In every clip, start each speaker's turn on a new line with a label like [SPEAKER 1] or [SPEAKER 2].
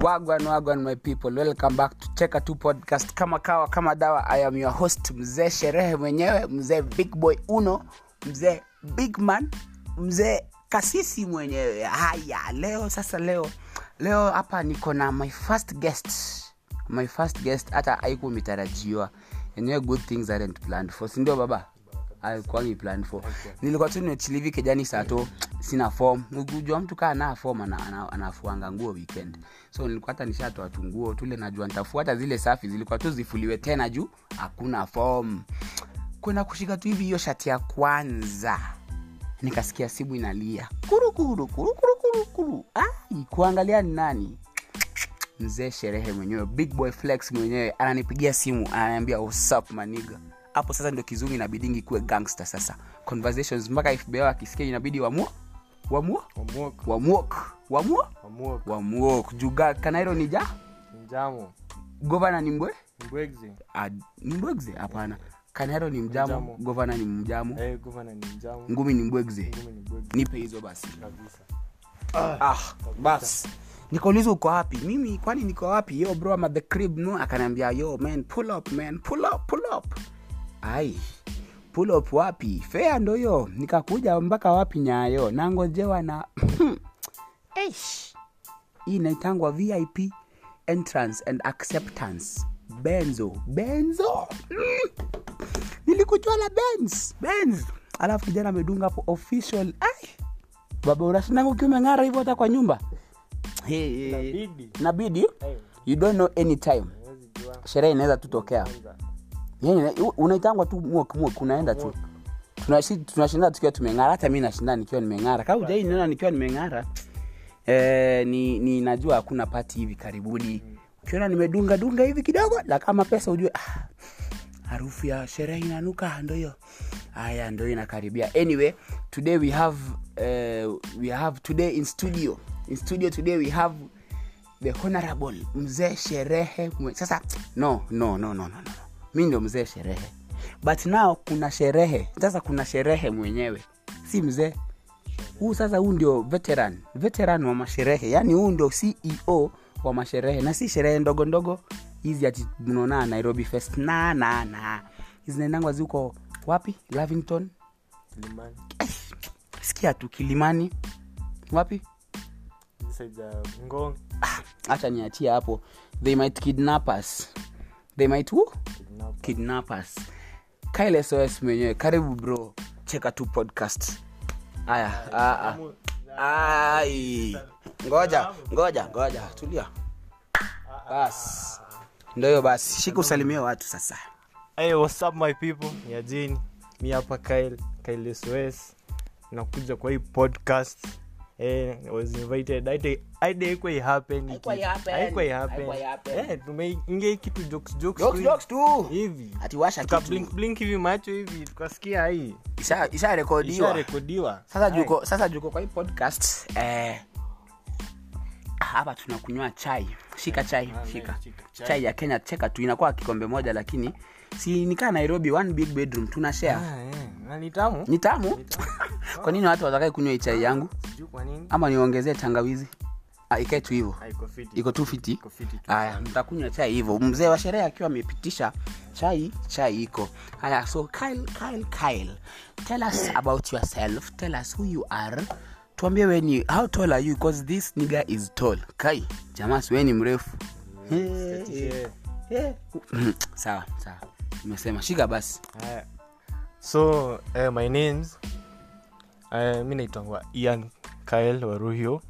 [SPEAKER 1] wagwan wagwan my people welcome back to cheka tu podcast kama kawa kama dawa i am your host mzee sherehe mwenyewe mzee big boy uno mzee big man mzee kasisi mwenyewe haya leo sasa leo leo hapa niko na my first guest my first guest hata haikuwa imetarajiwa enyewe good things aren't planned for sindio baba aikuangi plan for nilikuwa tu nimechilivi kijani sato sina form ukujua mtu kaa naa form ana- ana- anafuanga nguo weekend so nilikuwa hata nishatoa tu nguo tule najua nitafuata zile safi zilikuwa tu zifuliwe tena juu hakuna form kwenda kushika tu hivi hiyo shati ya kwanza nikasikia simu inalia kurukuru kurukurukuru kuangalia ni nani mzee sherehe mwenyewe big boy flex mwenyewe ananipigia simu ananiambia whatsapp maniga hapo sasa ndio kizungu inabidingi kuwe gangster sasa conversations mpaka fbao akisikia inabidi wamua wamua
[SPEAKER 2] Omuok,
[SPEAKER 1] wamuok wamua
[SPEAKER 2] Omuok,
[SPEAKER 1] wamuok juga kanairo ni ja
[SPEAKER 2] Njamo,
[SPEAKER 1] govana ni mbwe
[SPEAKER 2] Mbwegzi.
[SPEAKER 1] Ah, ni mbwegze hapana kanairo ni mjamo
[SPEAKER 2] Mjamo.
[SPEAKER 1] govana ni mjamo
[SPEAKER 2] Eh, governor ni Njamo,
[SPEAKER 1] ngumi ni mbwegze
[SPEAKER 2] ngumi ni Mbwegzi
[SPEAKER 1] nipe hizo basi
[SPEAKER 2] kabisa.
[SPEAKER 1] ah, bas nikauliza uko wapi mimi kwani niko wapi yo bro ama the crib no akaniambia yo man pull up man pull up pull up ai pull up wapi fea ndo yo nikakuja mpaka wapi nyayo nangojewa na Eish. hii inaitangwa vip entrance and acceptance benzo benzo mm. nilikujua la benz benz alafu kijana amedunga hapo official ai baba urasinangu ukiumeng'ara hivyo hata kwa nyumba Hey, hey, hey.
[SPEAKER 2] Inabidi.
[SPEAKER 1] inabidi
[SPEAKER 2] Eh,
[SPEAKER 1] you don't know any time
[SPEAKER 2] huwezi jua
[SPEAKER 1] sherehe inaweza tutokea
[SPEAKER 2] kwanza.
[SPEAKER 1] yani Yaani, unaitangwa tu mwok mwok unaenda tu Tunashi- tunashindana tukiwa tumeng'ara hata mi nashindana nikiwa nimeng'ara kaa ujai niona nikiwa nimeng'ara eh, ni, ni najua hakuna pati hivi karibuni ukiona nimedunga dunga hivi kidogo la kama pesa ujue ah, harufu ya sherehe inanuka ndo hiyo haya ndo hiyo inakaribia anyway today we have uh, we have today in studio in studio today we have the honorable mzee sherehe mwe. sasa no no no no, no, no. mi ndio mzee sherehe but now kuna sherehe sasa kuna sherehe mwenyewe si mzee huu sasa huu ndio veteran veteran wa masherehe yaani huu ndio ceo wa masherehe na si sherehe ndogo ndogo hizi ati mnaona nairobi fest na na na hizi naendangwa ziko wapi lavington
[SPEAKER 2] Kilimani.
[SPEAKER 1] sikia tu kilimani wapi
[SPEAKER 2] This side ya Ngong,
[SPEAKER 1] hacha niachia hapo they might kidnap us they might who?
[SPEAKER 2] kidnap.
[SPEAKER 1] kidnappers kyle sos mwenyewe karibu bro cheka tu podcast aya ah,
[SPEAKER 2] Amu-
[SPEAKER 1] ah. Ai. ngoja ngoja ngoja tulia bas ndo hiyo basi shika usalimie watu sasa
[SPEAKER 2] Hey, what's up my people? Ni Ajini. Mi hapa Kyle, Kyle SOS. Nakuja kwa hii podcast. Eh, I was invited. Haide- haide haikuwa ihappen.
[SPEAKER 1] Haikuwa ihappen.
[SPEAKER 2] Haikuwa ihappen.
[SPEAKER 1] Haikuwa ihappen.
[SPEAKER 2] Eh, tumeingia hii kitu jokes jokes tu
[SPEAKER 1] jokes
[SPEAKER 2] hivi.
[SPEAKER 1] jokes tu
[SPEAKER 2] hivi
[SPEAKER 1] atiwasha
[SPEAKER 2] tukablink blink hivi macho hivi tukasikia hii
[SPEAKER 1] isharekodiwa
[SPEAKER 2] isharekodiwa
[SPEAKER 1] sasa juko sasa juko kwa hii podcast eh, ah, hapa tunakunywa chai shika chai
[SPEAKER 2] Ah,
[SPEAKER 1] shika
[SPEAKER 2] shika chai.
[SPEAKER 1] chai ya kenya cheka tu inakuwa kikombe moja lakini si nikaa nairobi one big bedroom tuna
[SPEAKER 2] Ah.
[SPEAKER 1] share
[SPEAKER 2] eh, nitamu
[SPEAKER 1] ni tamu kwa nini watu watakae kunywa hii chai yangu
[SPEAKER 2] sijuu kwa nini
[SPEAKER 1] ama niongezee tangawizi ah, ikae tu hivyo
[SPEAKER 2] haiko fiti
[SPEAKER 1] iko tu fiti
[SPEAKER 2] Iko fiti tu.
[SPEAKER 1] haya mtakunywa chai hivyo mzee wa sherehe akiwa amepitisha chai chai iko haya so kyle, kyle, kyle. tell us about yourself tell us who you are tuambie weni how tall are you because this nigga is tall kai jamaa siweni mrefu Hey, hey.
[SPEAKER 2] Eh,
[SPEAKER 1] sawa sawa umesema shika basi
[SPEAKER 2] haya. Eh. so eh, my names eh, mi naitangwa ian kael waruhio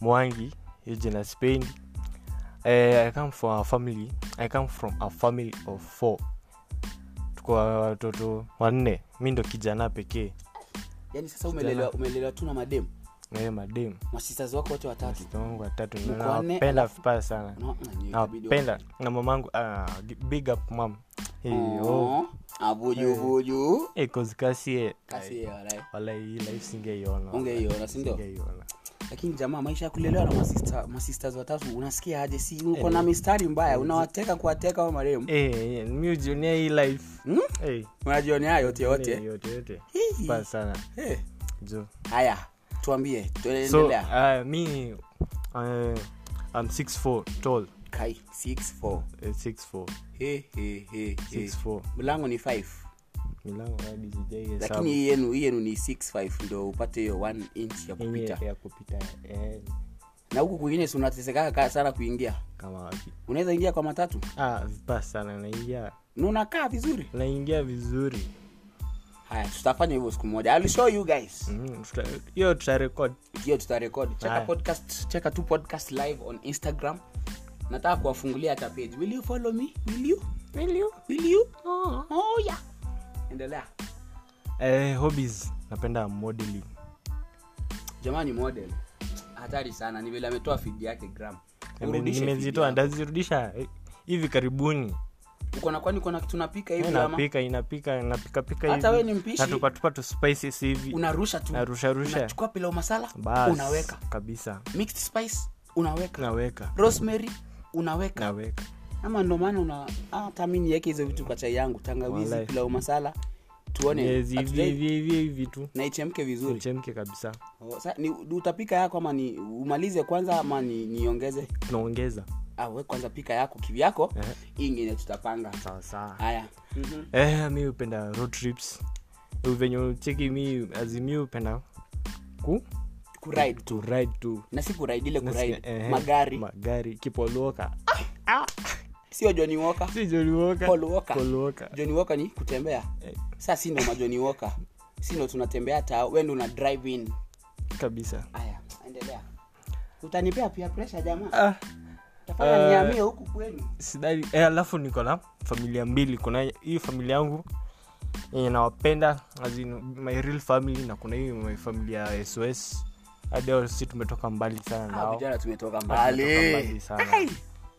[SPEAKER 2] mwangi hiyo jina spendi eh, i come from a family i come from a family of four tuko watoto wanne mi ndo kijana pekee
[SPEAKER 1] yani sasa umelelewa umelelewa tu na mademu
[SPEAKER 2] naye mademu
[SPEAKER 1] masistas wako wote watatu
[SPEAKER 2] Watoto wangu watatu
[SPEAKER 1] Mko wanne,
[SPEAKER 2] nawapenda vibaya sana
[SPEAKER 1] No, nanyi, itabidi wa-
[SPEAKER 2] nawapenda na mamangu ah, gi- big up mam
[SPEAKER 1] Oh, avujuvuju
[SPEAKER 2] kozikasie
[SPEAKER 1] kasi alright.
[SPEAKER 2] eh, walai life singeiona
[SPEAKER 1] ungeiona sindio
[SPEAKER 2] Singeiona.
[SPEAKER 1] lakini jamaa maisha ya kulelewa na masista- masistas watatu unasikia aje si uko na mistari mbaya unawateka kuwateka wa marehemu
[SPEAKER 2] Eh, eh, mi ujionia hii life
[SPEAKER 1] Hmm?
[SPEAKER 2] Eh,
[SPEAKER 1] unajionea yote
[SPEAKER 2] ni
[SPEAKER 1] yote
[SPEAKER 2] yote yote
[SPEAKER 1] Hii.
[SPEAKER 2] Mbaya sana
[SPEAKER 1] Eh,
[SPEAKER 2] jo
[SPEAKER 1] haya tuambie
[SPEAKER 2] so
[SPEAKER 1] tuendelea
[SPEAKER 2] uh, mi uh, i'm 64 tall
[SPEAKER 1] kai 64
[SPEAKER 2] eh, 64
[SPEAKER 1] He, he, he, he.
[SPEAKER 2] 64
[SPEAKER 1] mlango ni 5
[SPEAKER 2] milango hadi sijaihesabu
[SPEAKER 1] lakini hii yenu hii yenu ni 65 ndo upate hiyo 1 inch ya
[SPEAKER 2] yenye
[SPEAKER 1] kupita
[SPEAKER 2] ya kupita eh,
[SPEAKER 1] na huku kwingine si unatesekaga ka- sana kuingia
[SPEAKER 2] kama wapi
[SPEAKER 1] unaweza ingia kwa matatu
[SPEAKER 2] ah, vibaya sana naingia
[SPEAKER 1] na unakaa vizuri
[SPEAKER 2] naingia vizuri
[SPEAKER 1] haya tutafanya hivyo siku moja I'll show you guys
[SPEAKER 2] Mm, tuta- hiyo tutarekod
[SPEAKER 1] hiyo tutarekodi cheka
[SPEAKER 2] Haya.
[SPEAKER 1] podcast cheka tu podcast live on instagram nataka kuwafungulia hata page will you follow me will you will you oh yeah endelea
[SPEAKER 2] eh, hobbies napenda modeling
[SPEAKER 1] jamani model hatari sana ni vile ametoa feed yake gram
[SPEAKER 2] Nime-
[SPEAKER 1] Urudishe feed
[SPEAKER 2] nimezitoa
[SPEAKER 1] yako.
[SPEAKER 2] ndazirudisha eh, hivi karibuni
[SPEAKER 1] uko na kwani uko na kitu napika hivi ama
[SPEAKER 2] napika inapika napikapika
[SPEAKER 1] Hata we ni mpishi.
[SPEAKER 2] natupatupa tuspices hivi
[SPEAKER 1] unarusha tu
[SPEAKER 2] narusharusha.
[SPEAKER 1] unachukua pilau masala
[SPEAKER 2] bas
[SPEAKER 1] unaweka
[SPEAKER 2] kabisa
[SPEAKER 1] mixed spice unaweka
[SPEAKER 2] naweka
[SPEAKER 1] rosemary unaweka
[SPEAKER 2] naweka
[SPEAKER 1] ama ndo maana una ah, hata mi niweke hizo vitu kwa chai yangu tangawizi
[SPEAKER 2] Wallahi.
[SPEAKER 1] pilau masala tuone
[SPEAKER 2] miezi hivi
[SPEAKER 1] Hatujai-
[SPEAKER 2] hivi hivi hivi tu
[SPEAKER 1] na ichemke vizuri
[SPEAKER 2] chemke kabisa
[SPEAKER 1] Oh, sa- ni- utapika yako ama ni umalize kwanza ama ni- niongeze
[SPEAKER 2] tunaongeza
[SPEAKER 1] ah, we kwanza pika yako kivyako
[SPEAKER 2] Ehe.
[SPEAKER 1] hii ingine tutapanga
[SPEAKER 2] sawasawa
[SPEAKER 1] haya Mhm.
[SPEAKER 2] eh, mi hupenda road trips venye ucheki mi azimi hupenda ku
[SPEAKER 1] kuride
[SPEAKER 2] to ride tu
[SPEAKER 1] na si kuride ile kuride
[SPEAKER 2] Ehe,
[SPEAKER 1] magari Ah!
[SPEAKER 2] magari Ah! kipolwoka
[SPEAKER 1] sio johni woka
[SPEAKER 2] si jolwoka
[SPEAKER 1] Paul Walker.
[SPEAKER 2] polwoka
[SPEAKER 1] johni woka ni kutembea
[SPEAKER 2] Eh.
[SPEAKER 1] saa si ndo majoni woka si ndo tunatembea ta wendo una drive in
[SPEAKER 2] kabisa
[SPEAKER 1] haya endelea utanipea pia presha jamaa
[SPEAKER 2] ah,
[SPEAKER 1] tafanya
[SPEAKER 2] eh.
[SPEAKER 1] niamie huku kwenu
[SPEAKER 2] sidhani eh, alafu niko na familia mbili kuna hii familia yangu yenye nawapenda as in my real family na kuna hii my familia ya sos hadi hao si tumetoka mbali sana
[SPEAKER 1] Ah,
[SPEAKER 2] nao
[SPEAKER 1] vijana tumetoka
[SPEAKER 2] Tumetoka
[SPEAKER 1] mbali
[SPEAKER 2] mbali sana.
[SPEAKER 1] Ai!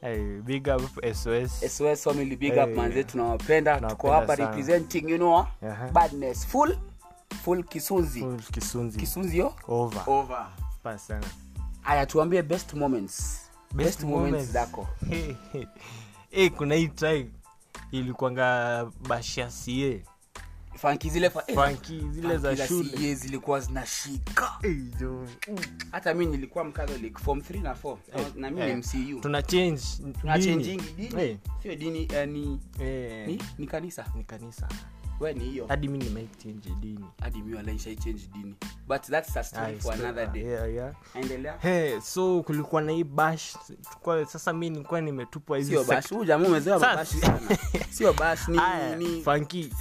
[SPEAKER 2] hey, big up sos
[SPEAKER 1] SOS family big
[SPEAKER 2] Eh,
[SPEAKER 1] up manze tunawapenda tuko hapa
[SPEAKER 2] sana.
[SPEAKER 1] representing you know
[SPEAKER 2] Aha.
[SPEAKER 1] badness full full kisunzi
[SPEAKER 2] Full kisunzi
[SPEAKER 1] kisunzi Oh. yo
[SPEAKER 2] over
[SPEAKER 1] over
[SPEAKER 2] Fast sana
[SPEAKER 1] haya tuambie best moments best, moments, zako
[SPEAKER 2] Hey, hey. Hey, Eh, kuna hii time ilikuanga bashasie
[SPEAKER 1] fanki zile fa- eh,
[SPEAKER 2] fanki zile
[SPEAKER 1] funky
[SPEAKER 2] za shule
[SPEAKER 1] CA zilikuwa zinashika
[SPEAKER 2] Hey, jo.
[SPEAKER 1] hata mi nilikuwa mcatholic form 3 na 4
[SPEAKER 2] Eh,
[SPEAKER 1] na mi ni
[SPEAKER 2] eh,
[SPEAKER 1] mcu
[SPEAKER 2] tuna change
[SPEAKER 1] tuna
[SPEAKER 2] dini.
[SPEAKER 1] changing
[SPEAKER 2] Eh,
[SPEAKER 1] dini sio dini eh, ni,
[SPEAKER 2] eh,
[SPEAKER 1] ni, ni kanisa
[SPEAKER 2] ni kanisa
[SPEAKER 1] we ni hiyo
[SPEAKER 2] hadi mi nimechange dini
[SPEAKER 1] hadi mi alaisha change dini but that's a story
[SPEAKER 2] Ah,
[SPEAKER 1] for
[SPEAKER 2] so-
[SPEAKER 1] another day
[SPEAKER 2] yeah, yeah.
[SPEAKER 1] endelea
[SPEAKER 2] Hey, so kulikuwa na hii bash Kwa- sasa mi nilikuwa nimetupwa hizi
[SPEAKER 1] sio
[SPEAKER 2] sec-
[SPEAKER 1] bash huyu jamaa umezewa
[SPEAKER 2] Sasa-
[SPEAKER 1] mabashi sana sio bash ni
[SPEAKER 2] Aya,
[SPEAKER 1] ni
[SPEAKER 2] funky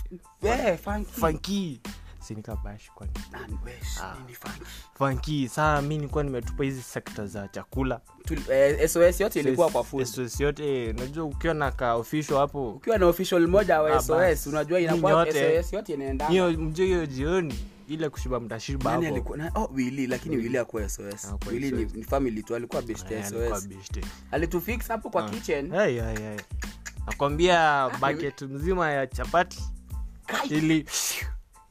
[SPEAKER 1] eh funky
[SPEAKER 2] funky sinika bash kwani
[SPEAKER 1] Nani wesh,
[SPEAKER 2] Ah.
[SPEAKER 1] nini funky
[SPEAKER 2] funky saa mi nilikuwa nimetupa hizi sekta za chakula
[SPEAKER 1] Tuli- eh, SOS yote ilikuwa kwa food
[SPEAKER 2] SOS yote eh, unajua ukiwa na ka official hapo
[SPEAKER 1] ukiwa na official mmoja
[SPEAKER 2] Ah,
[SPEAKER 1] wa SOS
[SPEAKER 2] basi.
[SPEAKER 1] unajua
[SPEAKER 2] Nyinyi
[SPEAKER 1] inakuwa
[SPEAKER 2] wote.
[SPEAKER 1] SOS yote inaendana
[SPEAKER 2] hiyo mjue hiyo jioni ile kushiba mtashiba
[SPEAKER 1] nani
[SPEAKER 2] hapo
[SPEAKER 1] alikuwa na oh Willy lakini Willy hakuwa SOS
[SPEAKER 2] Hakuwa
[SPEAKER 1] Willy ni,
[SPEAKER 2] SOS.
[SPEAKER 1] ni family tu alikuwa best
[SPEAKER 2] Eh,
[SPEAKER 1] ya
[SPEAKER 2] alikuwa Ah. Eh,
[SPEAKER 1] SOS
[SPEAKER 2] best.
[SPEAKER 1] alitufix hapo kwa kitchen Ah,
[SPEAKER 2] Ai, ai, ai. nakwambia baket mzima ya chapati
[SPEAKER 1] Kai!
[SPEAKER 2] ili
[SPEAKER 1] Wewe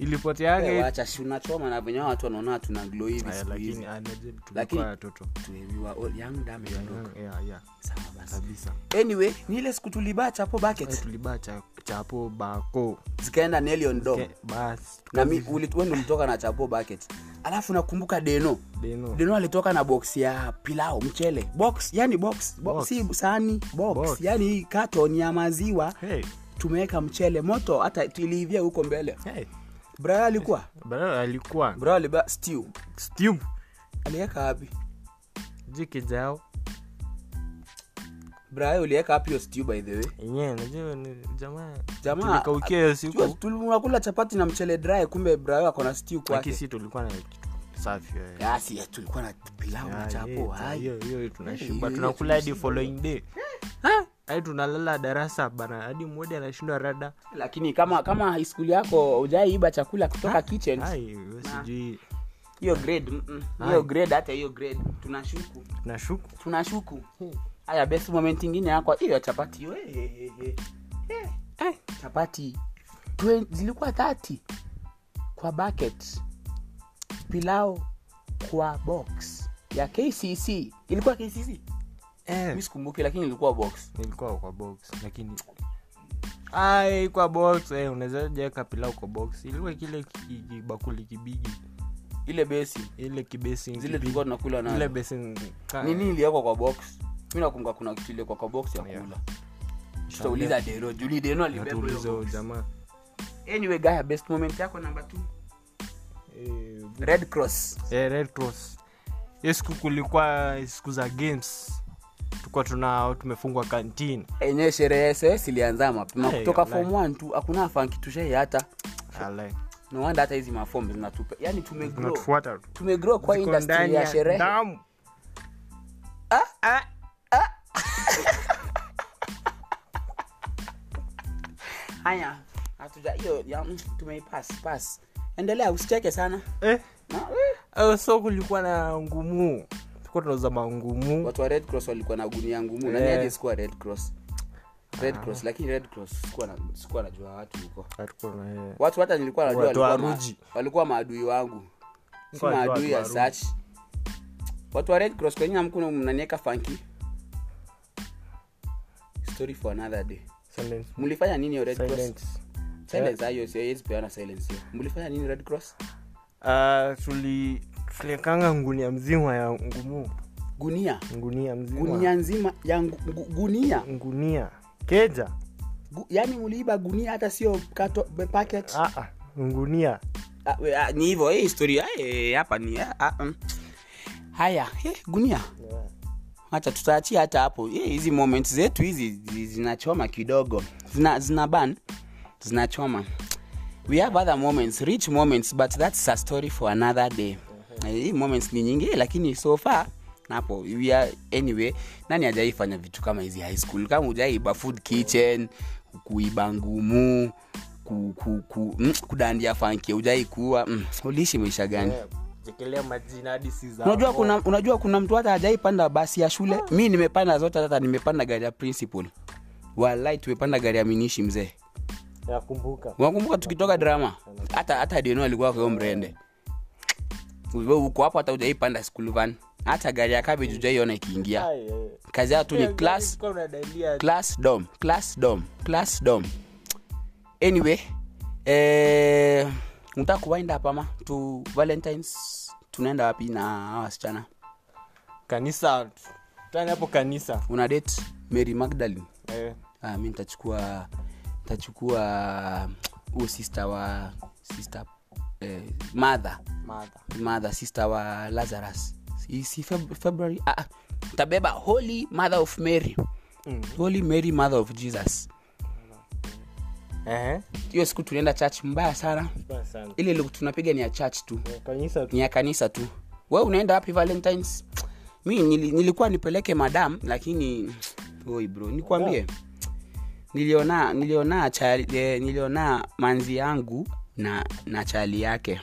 [SPEAKER 2] ilipoteanga
[SPEAKER 1] Eh, wacha shi unachoma na venyewe watu wanaona tuna glow hivi
[SPEAKER 2] Aya,
[SPEAKER 1] siku
[SPEAKER 2] lakini
[SPEAKER 1] hizi
[SPEAKER 2] ah, najua ni
[SPEAKER 1] Lakini-
[SPEAKER 2] tulikuwa watoto
[SPEAKER 1] tumeviwa all young dame
[SPEAKER 2] Mm, yeah, Ah, yeah,
[SPEAKER 1] sawa basi
[SPEAKER 2] kabisa
[SPEAKER 1] anyway ni ile siku tulibacha hapo
[SPEAKER 2] Eh,
[SPEAKER 1] bucket
[SPEAKER 2] tulibaa cha- chapo bako
[SPEAKER 1] zikaenda Nelion Dome
[SPEAKER 2] Ke- bas
[SPEAKER 1] nami ndo mtoka na chapo bucket alafu nakumbuka deno
[SPEAKER 2] Deno.
[SPEAKER 1] deno alitoka na box ya pilau mchele box yani box, box,
[SPEAKER 2] Box.
[SPEAKER 1] si sahani box,
[SPEAKER 2] Box.
[SPEAKER 1] yani hii katon ya maziwa
[SPEAKER 2] Hey,
[SPEAKER 1] tumeweka mchele moto hata tuliivia huko mbele
[SPEAKER 2] hey.
[SPEAKER 1] bra alikuwa
[SPEAKER 2] Bro, alikuwa
[SPEAKER 1] bra aliba stew
[SPEAKER 2] stew
[SPEAKER 1] aliweka wapi
[SPEAKER 2] jikijao
[SPEAKER 1] bra uliweka wapi hiyo stew by the way
[SPEAKER 2] yenyewe najua ni jamaa
[SPEAKER 1] jamaa
[SPEAKER 2] tulikaukia hiyo
[SPEAKER 1] tujua
[SPEAKER 2] siku
[SPEAKER 1] tuli- unakula chapati na mchele dry kumbe bra ako na stew
[SPEAKER 2] lakini
[SPEAKER 1] kwake
[SPEAKER 2] si tulikuwa na kitu safi eh.
[SPEAKER 1] Yes, yes, tulikuwa na pilau na
[SPEAKER 2] Ah,
[SPEAKER 1] chapo
[SPEAKER 2] yeah,
[SPEAKER 1] hai
[SPEAKER 2] hiyo- hiyo tunashiba
[SPEAKER 1] hiyo
[SPEAKER 2] tunakula hadi following day Ha? hadi tunalala darasa bana hadi mmoja anashindwa rada
[SPEAKER 1] lakini kama kama high school yako ujaiiba chakula kutoka kitchen
[SPEAKER 2] Ai, wewe sijui
[SPEAKER 1] hiyo grade mm-mm. hiyo grade hata hiyo grade tunashuku
[SPEAKER 2] tunashuku
[SPEAKER 1] tunashuku haya best moment ingine yako hiyo ya chapati hiyo eh, eh, eh, eh. Eh, eh, chapati Twen- zilikuwa 30 kwa bucket pilau kwa box ya kcc ilikuwa kcc mi
[SPEAKER 2] eh.
[SPEAKER 1] sikumbuki lakini ilikuwa box
[SPEAKER 2] nilikuwa kwa box lakini ai kwa box eh, unaweza jaweka pilau kwa box ilikuwa kile ki- kibakuli kibigi
[SPEAKER 1] ile besi
[SPEAKER 2] ile kibesin
[SPEAKER 1] zile tulikuwa tunakula
[SPEAKER 2] ile
[SPEAKER 1] nayo
[SPEAKER 2] besin
[SPEAKER 1] nini iliyoko kwa box mi nakumbuka kuna kitu ile kwa box ya
[SPEAKER 2] Yeah.
[SPEAKER 1] kula tutauliza dero juli deno alibeba hiyo
[SPEAKER 2] natulizo
[SPEAKER 1] box.
[SPEAKER 2] jamaa
[SPEAKER 1] anyway guy best moment yako namba 2
[SPEAKER 2] Mm. Eh,
[SPEAKER 1] red cross
[SPEAKER 2] eh, Red Cross. hiyo siku kulikuwa siku za games tulikuwa tuna tumefungwa kantini
[SPEAKER 1] enye sherehe ss ilianza mapema
[SPEAKER 2] Hey,
[SPEAKER 1] kutoka
[SPEAKER 2] wallahi.
[SPEAKER 1] form 1 tu hakuna afankitushei hata
[SPEAKER 2] Alai.
[SPEAKER 1] nowanda hata hizi mafom zinatupa yani tumegrow
[SPEAKER 2] Unatufuata tu.
[SPEAKER 1] tumegrow kwa
[SPEAKER 2] Ziko
[SPEAKER 1] industry
[SPEAKER 2] ndani
[SPEAKER 1] ya sherehe Ah?
[SPEAKER 2] damu. Ah,
[SPEAKER 1] haya hatuja hiyo ya- mm, tumeipass pass endelea usicheke sana
[SPEAKER 2] Eh,
[SPEAKER 1] Na, eh,
[SPEAKER 2] eh, so kulikuwa na ngumu tulikuwa tunauza mangumu
[SPEAKER 1] watu wa red cross walikuwa na gunia ngumu nani
[SPEAKER 2] Yeah.
[SPEAKER 1] aje sikuwa red cross red
[SPEAKER 2] Ah.
[SPEAKER 1] cross lakini red cross sikuwa na sikuwa najua watu huko
[SPEAKER 2] Tulikuwa na- eh,
[SPEAKER 1] watu hata nilikuwa najua
[SPEAKER 2] Watu wa
[SPEAKER 1] walikuwa ma-
[SPEAKER 2] Ruji.
[SPEAKER 1] walikuwa maadui wangu si
[SPEAKER 2] Nilikuwa najua
[SPEAKER 1] maadui
[SPEAKER 2] watu
[SPEAKER 1] ya
[SPEAKER 2] wa Ruji.
[SPEAKER 1] search watu wa red cross kwenye mkuno mnanieka funky story for another day
[SPEAKER 2] silence.
[SPEAKER 1] mlifanya nini hiyo red cross
[SPEAKER 2] Silence.
[SPEAKER 1] silence hayo siwezi peana silence hiyo mlifanya nini red cross
[SPEAKER 2] Ah, tuli tuliekanga ngunia mzima ya ngumu
[SPEAKER 1] gunia
[SPEAKER 2] ngunia mzima
[SPEAKER 1] gunia nzima ya ngu- ngu- gunia
[SPEAKER 2] ngunia keja
[SPEAKER 1] Gu, yani mliiba gunia hata sio kato be- packet
[SPEAKER 2] ah, ah, ngunia
[SPEAKER 1] Ah, we- ah, ni hivyo hii historia eh, hapa ni ah, ah, mm. haya eh, gunia hacha tutaachia hata hapo Eh, hizi moment zetu hizi zi- zinachoma kidogo zina, zina ban zinachoma we have other moments rich moments but that's a story for another day Na hii moments ni nyingi eh, lakini so far napo we are, anyway nani hajaifanya vitu kama hizi high school kama hujaiba food kitchen kuiba ngumu ku, ku, ku, mm, kudandia fanki hujaikuwa mm, uliishi maisha gani
[SPEAKER 2] jekelea majina hadi si za
[SPEAKER 1] unajua kuna unajua kuna mtu hata hajaipanda basi ya shule mi nimepanda zote hata nimepanda gari ya principal walai tumepanda gari ya minishi mzee
[SPEAKER 2] nakumbuka
[SPEAKER 1] unakumbuka tukitoka drama hata hata deno alikuwa kwao mrende Wewe uko hapo hata ujaipanda school van hata gari ya cabbage ujaiona ikiingia
[SPEAKER 2] eh.
[SPEAKER 1] kazi yao tu ni class class dom class dom class dom anyway eh, mtaka kuwainda hapama tu valentines tunaenda wapi na hawa wasichana
[SPEAKER 2] kanisa tani hapo kanisa
[SPEAKER 1] una date mary magdalene
[SPEAKER 2] eh,
[SPEAKER 1] ah, mi nitachukua nitachukua huu sister wa sister eh, mother
[SPEAKER 2] madha
[SPEAKER 1] mother sister wa lazarus si, si Feb- february ah, ah, tabeba holy mother of mary
[SPEAKER 2] Mm.
[SPEAKER 1] holy mary mother of jesus
[SPEAKER 2] eh,
[SPEAKER 1] hiyo siku tulienda church mbaya sana ile ile tunapiga ni ya church tu
[SPEAKER 2] Eh, kanisa tu
[SPEAKER 1] ni ya kanisa tu we unaenda wapi valentines mi nili, nilikuwa nipeleke madam lakini oi bro nikwambie niliona niliona chali, eh, niliona manzi yangu na na chali yake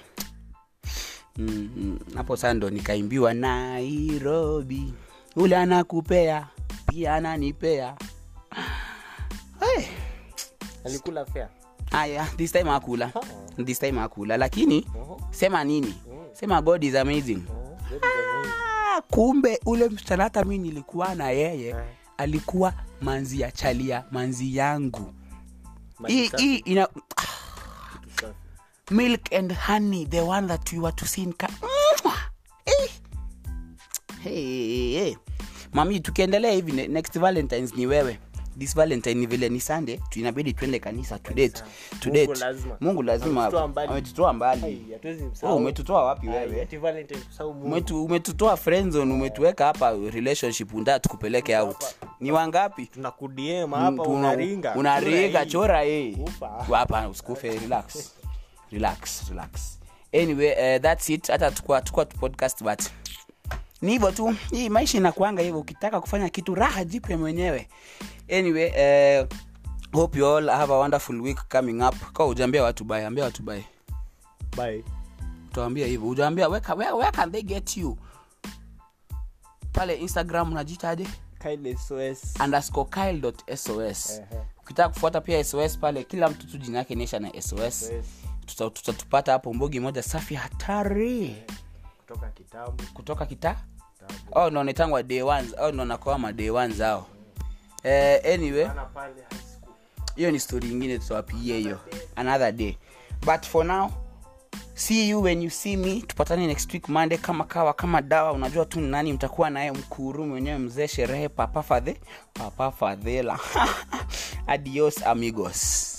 [SPEAKER 1] Mm, mm, hapo saa ndo nikaimbiwa nairobi ule anakupea pia ananipea hey
[SPEAKER 2] alikula fea
[SPEAKER 1] haya this time hakula this time hakula lakini sema nini sema god is amazing
[SPEAKER 2] Eh,
[SPEAKER 1] Ah, kumbe ule msichana hata mi nilikuwa na yeye
[SPEAKER 2] Eh.
[SPEAKER 1] alikuwa manzi ya chalia manzi yangu hii hii ina ah, milk and honey the one that you were to see in ka Mwah! Eh. Hey, hey, hey. mami tukiendelea hivi ne- next valentines ni wewe this valentine ni vile ni sunday tu- inabidi tuende kanisa tudate tudate
[SPEAKER 2] Mungu lazima.
[SPEAKER 1] mungu lazima
[SPEAKER 2] Ametutoa mbali.
[SPEAKER 1] ametutoa mbali Wewe Oh, umetutoa wapi wewe Umetu- umetutoa friendzone umetuweka hapa relationship ndaa tukupeleke out ni wangapi
[SPEAKER 2] tunakudiema hapa
[SPEAKER 1] Tuna-
[SPEAKER 2] unaringa
[SPEAKER 1] unaringa chora hii
[SPEAKER 2] Kufa.
[SPEAKER 1] hapa usikufe relax relax relax anyway uh, that's it hata tukua tukua tu podcast but ni hivyo tu hii maisha inakuanga hivyo ukitaka kufanya kitu raha jipya mwenyewe anyway uh, hope you all have a wonderful week coming up ka ujaambia watu bye ambia watu bye
[SPEAKER 2] Bye.
[SPEAKER 1] utawambia hivyo ujaambia weka where, where can they get you pale instagram unajitaje
[SPEAKER 2] Kyle SOS.
[SPEAKER 1] underscore kyle sos ukitaka kufuata pia sos pale kila mtu tu jina yake inaisha na sos Tuta- tutatupata hapo mbogi moja safi hatari
[SPEAKER 2] kutoka kitambo
[SPEAKER 1] kutoka kita au naonetangwa day ones au naonakoama day ones ao eh, anyway
[SPEAKER 2] Sana pale high school.
[SPEAKER 1] hiyo ni story ingine tutawapigia hiyo another day but for now see you when you see me tupatane next week monday kama kawa kama dawa unajua tu ni nani mtakuwa naye mkuru mwenyewe mzee sherehe papa fadhe papa fadhela adios amigos